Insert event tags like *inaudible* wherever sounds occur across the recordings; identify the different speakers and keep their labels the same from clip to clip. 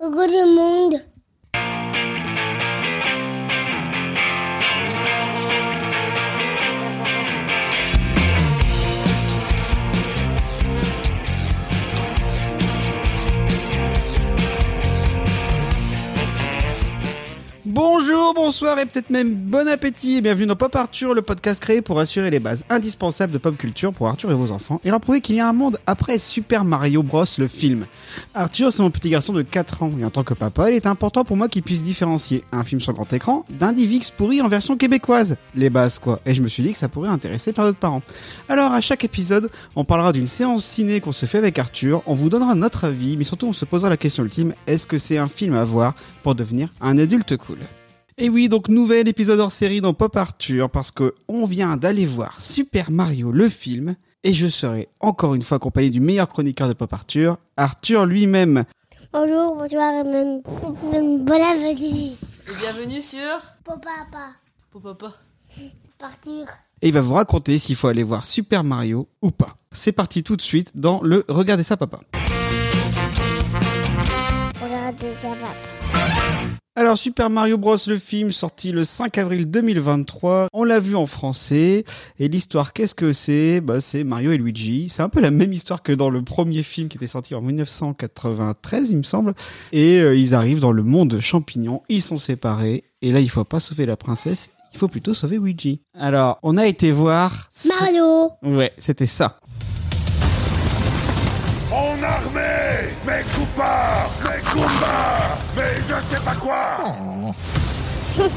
Speaker 1: Coucou le monde.
Speaker 2: Bonjour, bonsoir et peut-être même bon appétit. Bienvenue dans Pop Arthur, le podcast créé pour assurer les bases indispensables de pop culture pour Arthur et vos enfants et leur prouver qu'il y a un monde après Super Mario Bros le film. Arthur, c'est mon petit garçon de 4 ans et en tant que papa, il est important pour moi qu'il puisse différencier un film sur grand écran d'un Divix pourri en version québécoise. Les bases quoi. Et je me suis dit que ça pourrait intéresser plein d'autres parents. Alors à chaque épisode, on parlera d'une séance ciné qu'on se fait avec Arthur, on vous donnera notre avis, mais surtout on se posera la question ultime, est-ce que c'est un film à voir pour devenir un adulte cool. Et oui, donc nouvel épisode hors série dans Pop Arthur parce que on vient d'aller voir Super Mario le film et je serai encore une fois accompagné du meilleur chroniqueur de Pop Arthur, Arthur lui-même.
Speaker 1: Bonjour, bonsoir et même, même bon appétit.
Speaker 3: Et bienvenue sur
Speaker 1: Papa, papa,
Speaker 3: Oh, papa.
Speaker 1: partir.
Speaker 2: Et il va vous raconter s'il faut aller voir Super Mario ou pas. C'est parti tout de suite dans le Regardez ça papa.
Speaker 1: Regardez ça, papa.
Speaker 2: Alors Super Mario Bros le film sorti le 5 avril 2023, on l'a vu en français et l'histoire qu'est-ce que c'est Bah c'est Mario et Luigi, c'est un peu la même histoire que dans le premier film qui était sorti en 1993 il me semble et euh, ils arrivent dans le monde de champignons, ils sont séparés et là il faut pas sauver la princesse, il faut plutôt sauver Luigi. Alors, on a été voir
Speaker 1: Mario.
Speaker 2: Ouais, c'était ça.
Speaker 4: En armée Mes coupards Mes combats Mais je sais pas quoi
Speaker 1: Mais je,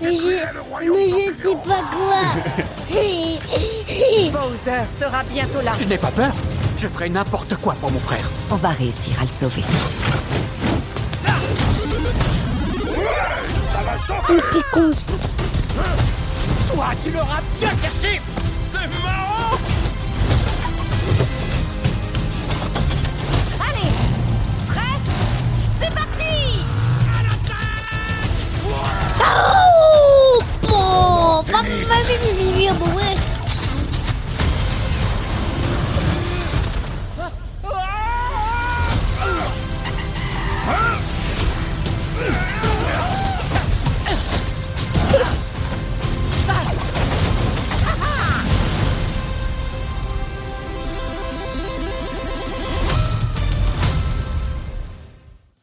Speaker 1: mais je sais pas quoi. *laughs*
Speaker 5: Bowser sera bientôt là.
Speaker 6: Je n'ai pas peur. Je ferai n'importe quoi pour mon frère.
Speaker 5: On va réussir à le sauver.
Speaker 1: Donkey Kong.
Speaker 6: Toi, tu l'auras bien caché C'est marrant
Speaker 5: Allez Prêt C'est parti
Speaker 1: Oh, bon, papa, vas-y, Bibi, bon, ouais.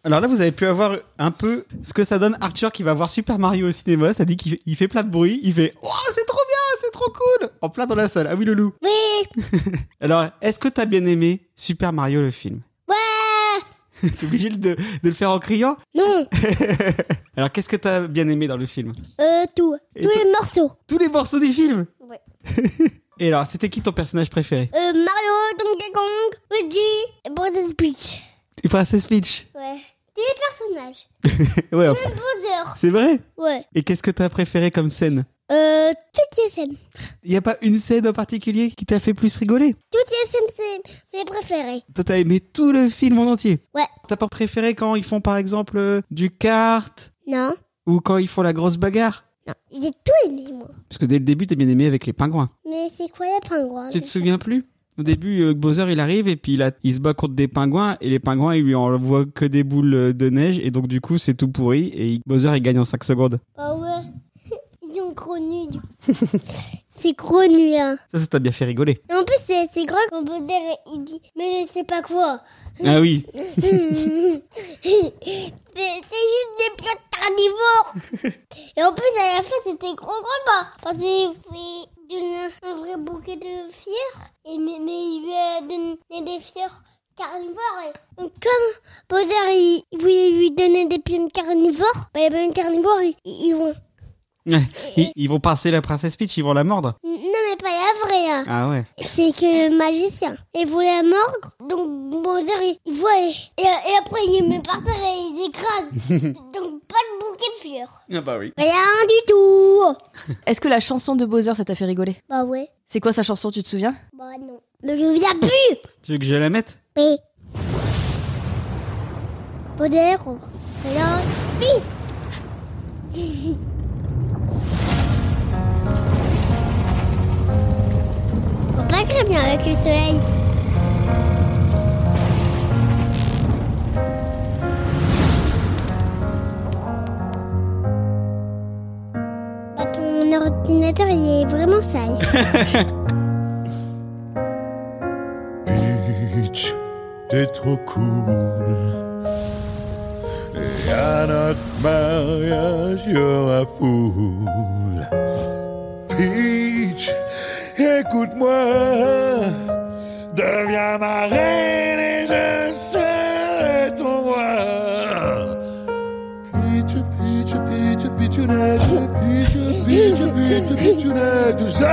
Speaker 2: Alors là, vous avez pu avoir un peu ce que ça donne Arthur qui va voir Super Mario au cinéma. Ça dit qu'il il fait plein de bruit. Il fait Oh, c'est trop bien, c'est trop cool En plein dans la salle. Ah oui, le loup.
Speaker 1: Oui,
Speaker 2: Alors, est-ce que t'as bien aimé Super Mario le film
Speaker 1: ouais.
Speaker 2: *laughs* T'es obligé de, de le faire en criant
Speaker 1: Non,
Speaker 2: Alors, qu'est-ce que t'as bien aimé dans le film
Speaker 1: euh, tout.
Speaker 2: Et
Speaker 1: Tous
Speaker 2: toi-
Speaker 1: les morceaux.
Speaker 2: Tous les morceaux du film
Speaker 1: Ouais.
Speaker 2: *laughs* Et alors, c'était qui ton personnage préféré
Speaker 1: Euh, Mario, Donkey Kong, Luigi et Bowser Peach.
Speaker 2: Et Princess Peach *laughs*
Speaker 1: Ouais. Des personnages.
Speaker 2: Ouais,
Speaker 1: Même Bowser.
Speaker 2: c'est vrai
Speaker 1: Ouais.
Speaker 2: Et qu'est-ce que t'as préféré comme scène
Speaker 1: Euh, toutes les scènes.
Speaker 2: Y a pas une scène en particulier qui t'a fait plus rigoler
Speaker 1: Toutes les scènes, c'est mes préférées.
Speaker 2: Toi, t'as aimé tout le film en entier
Speaker 1: Ouais.
Speaker 2: T'as pas préféré quand ils font par exemple euh, du kart
Speaker 1: Non.
Speaker 2: ou quand ils font la grosse bagarre
Speaker 1: Non. J'ai tout aimé, moi.
Speaker 2: Parce que dès le début, t'as bien aimé avec les pingouins.
Speaker 1: Mais c'est quoi les pingouins
Speaker 2: Tu te souviens plus Au début, euh, Bowser il arrive et puis il, a- il se bat contre des pingouins et les pingouins ils lui envoient que des boules euh, de neige et donc du coup c'est tout pourri et il- Bowser il gagne en 5 secondes.
Speaker 1: Ah ouais. *laughs* Ils ont gros nul. *laughs* c'est gros nul, hein.
Speaker 2: Ça, ça t'a bien fait rigoler.
Speaker 1: Et en plus, c'est c'est gros quand Bowser, il dit « Mais je sais pas quoi
Speaker 2: Ah oui, ».
Speaker 1: Mais C'est juste des plantes carnivores. Et en plus, à la fin, c'était gros gros pas. Parce qu'il lui donne un vrai bouquet de fieurs. Et, mais, mais il lui a donné des fieurs carnivores. Et donc, comme Bowser, il il voulait lui donner des plantes carnivores, bah, les plantes carnivores, ils, ils vont...
Speaker 2: Ouais. *laughs* ils, ils vont passer la princesse Peach, ils vont la mordre.
Speaker 1: Non, mais pas la vraie, hein.
Speaker 2: Ah ouais.
Speaker 1: C'est que le magicien, il voulait la mordre, donc Bowser, il, il voit, et, et- et après, il met par terre et il écrase. donc, pas de bouquet de fleurs.
Speaker 2: Ah bah oui.
Speaker 1: Rien du tout
Speaker 3: Est-ce que la chanson de Bowser, ça t'a fait rigoler
Speaker 1: Bah ouais,
Speaker 3: C'est quoi sa chanson, tu te souviens
Speaker 1: bah non. Mais je viens plus
Speaker 2: Tu veux que je la mette
Speaker 1: Mais... Bowser, là, vite *laughs* On va pas très bien avec le soleil. Bah, ordinateur, il est vraiment sale.
Speaker 4: Peach, t'es trop cool. Et à notre mariage, il y aura foule. Peach, écoute-moi. Deviens ma reine et je serai ton roi. Peach, Peach, Peach, Peachunette, Peach, Peach, Peach, Peachunette, je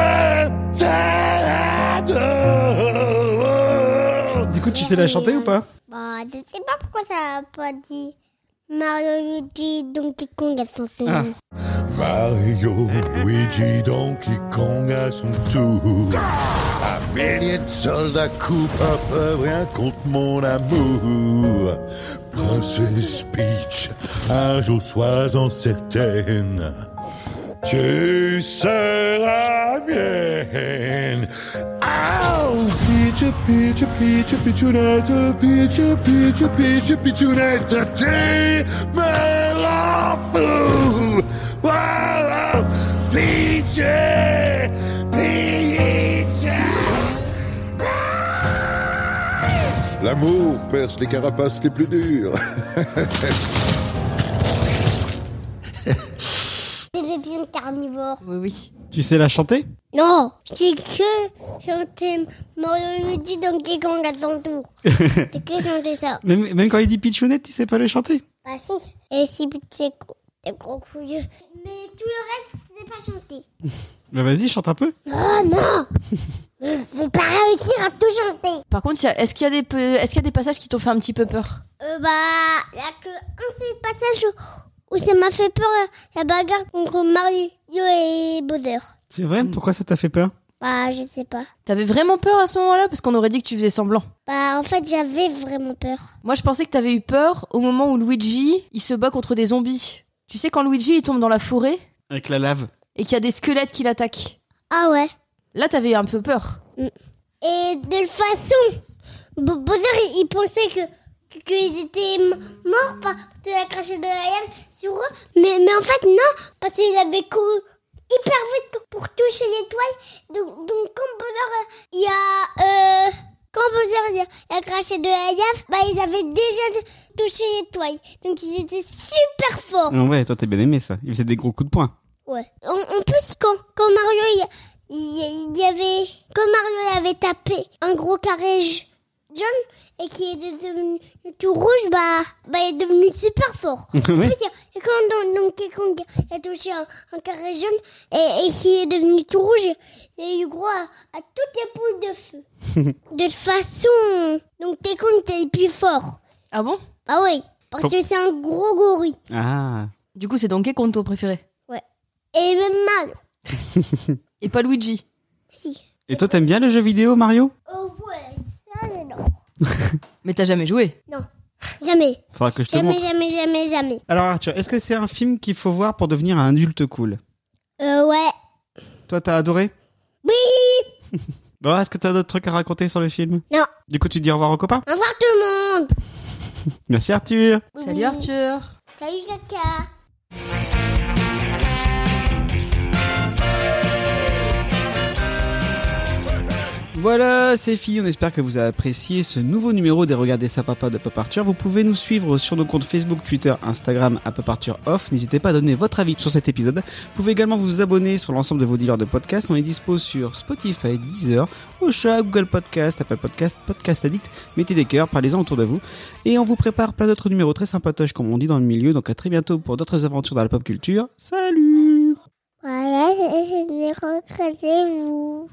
Speaker 4: t'adore.
Speaker 2: Du coup, tu sais la chanter ou pas
Speaker 1: Bon, Bah, je sais pas pourquoi ça a pas dit Mario, Luigi, Donkey Kong à son tour.
Speaker 2: Ah.
Speaker 4: Mario, Luigi, Donkey Kong à son tour. Un millier de soldats Koopa peuvent rien contre mon amour. Princesse Peach, un jour sois incertaine. Tu seras mienne. Ow! Peach, Peach, Peach, Peachounette, Peach, Peach, Peach, Peachounette, tu me rends fou! Wow! Peach, Peach!
Speaker 7: L'amour perce les carapaces les plus dures.
Speaker 1: C'était bien carnivore.
Speaker 3: Oui, oui.
Speaker 2: Tu sais la chanter
Speaker 1: Non, c'est que chanter Mario, Luigi, Donkey Kong à son tour. c'est que chanter ça.
Speaker 2: même, même quand il dit pitchounette, tu sais pas le chanter
Speaker 1: Bah si. Et si pitié, t'es gros couilleux. Mais tout le reste, c'est pas chanter.
Speaker 2: Bah vas-y, chante un peu.
Speaker 1: Oh non Je vais pas réussir à tout chanter.
Speaker 3: Par contre, il y a- est-ce qu'il y, a des pe- est-ce qu'il y a des passages qui t'ont fait un petit peu peur
Speaker 1: Euh, bah, il y a que un seul passage où, où ça m'a fait peur, euh, la bagarre contre Mario et Bowser.
Speaker 2: C'est vrai Pourquoi ça t'a fait peur
Speaker 1: Bah, je sais pas.
Speaker 3: T'avais vraiment peur à ce moment-là Parce qu'on aurait dit que tu faisais semblant.
Speaker 1: Bah, en fait, j'avais vraiment peur.
Speaker 3: Moi, je pensais que t'avais eu peur au moment où Luigi, il se bat contre des zombies. Tu sais, quand Luigi, il tombe dans la forêt
Speaker 2: Avec la lave.
Speaker 3: et qu'il y a des squelettes qui l'attaquent.
Speaker 1: Ah ouais.
Speaker 3: Là, t'avais un peu peur.
Speaker 1: Et de toute façon, Bo- Bowser, il, il pensait que que- qu'ils étaient m- morts parce qu'il a craché de la lave sur eux. Mais, mais en fait, non, parce qu'il avait couru hyper vite pour toucher l'étoile. Donc, donc quand Bowser, euh, il a... euh, quand Bowser il a, il a craché de la lave, bah, ils avaient déjà touché l'étoile. Donc, ils étaient super forts.
Speaker 2: Ah. Non, ouais, toi t'as bien aimé ça. Il faisait des gros coups de *laughs* poing.
Speaker 1: Ouais. En, en plus, quand, quand Mario, il, il- il y avait, quand Mario avait tapé un gros carré j- jaune et qui était devenu tout rouge, bah, bah, il est devenu super fort. En
Speaker 2: Ouais.
Speaker 1: plus, il y a- et quand Don- Donkey Kong a touché un, un carré jaune et, et qui est devenu tout rouge, il a eu droit à, à toutes les poules de feu. de toute façon, Donkey Kong était le plus fort.
Speaker 3: Ah bon
Speaker 1: Ah oui, parce que c'est un gros gorille.
Speaker 2: Ah.
Speaker 3: Du coup, c'est Donkey Kong ton préféré.
Speaker 1: Et même Mario,
Speaker 3: Et pas Luigi.
Speaker 1: si.
Speaker 2: Et toi t'aimes bien les jeux vidéo, Mario
Speaker 1: Oh ouais, ça c'est drôle.
Speaker 3: Mais t'as jamais joué.
Speaker 1: Jamais,
Speaker 2: Faudra que je te
Speaker 1: jamais,
Speaker 2: montre.
Speaker 1: jamais, jamais, jamais.
Speaker 2: Alors Arthur, est-ce que c'est un film qu'il faut voir pour devenir un adulte cool
Speaker 1: Euh, ouais.
Speaker 2: Toi t'as adoré
Speaker 1: Oui
Speaker 2: *laughs* Bon, est-ce que t'as d'autres trucs à raconter sur le film
Speaker 1: Non.
Speaker 2: Du coup, tu dis au revoir aux copains
Speaker 1: Au revoir tout le monde
Speaker 2: Merci Arthur
Speaker 3: Salut Arthur
Speaker 1: Salut Kaka
Speaker 2: Voilà, c'est fini. On espère que vous avez apprécié ce nouveau numéro des Regardez ça papa de Pop Arthur. Vous pouvez nous suivre sur nos comptes Facebook, Twitter, Instagram à Pop Arthur Off. N'hésitez pas à donner votre avis sur cet épisode. Vous pouvez également vous abonner sur l'ensemble de vos dealers de podcasts. On est dispo sur Spotify, Deezer, Ocha, Google Podcast, Apple Podcast, Podcast Addict. Mettez des cœurs, parlez-en autour de vous. Et on vous prépare plein d'autres numéros très sympatoches comme on dit dans le milieu. Donc à très bientôt pour d'autres aventures dans la pop culture. Salut
Speaker 1: Voilà, je vais regretter vous.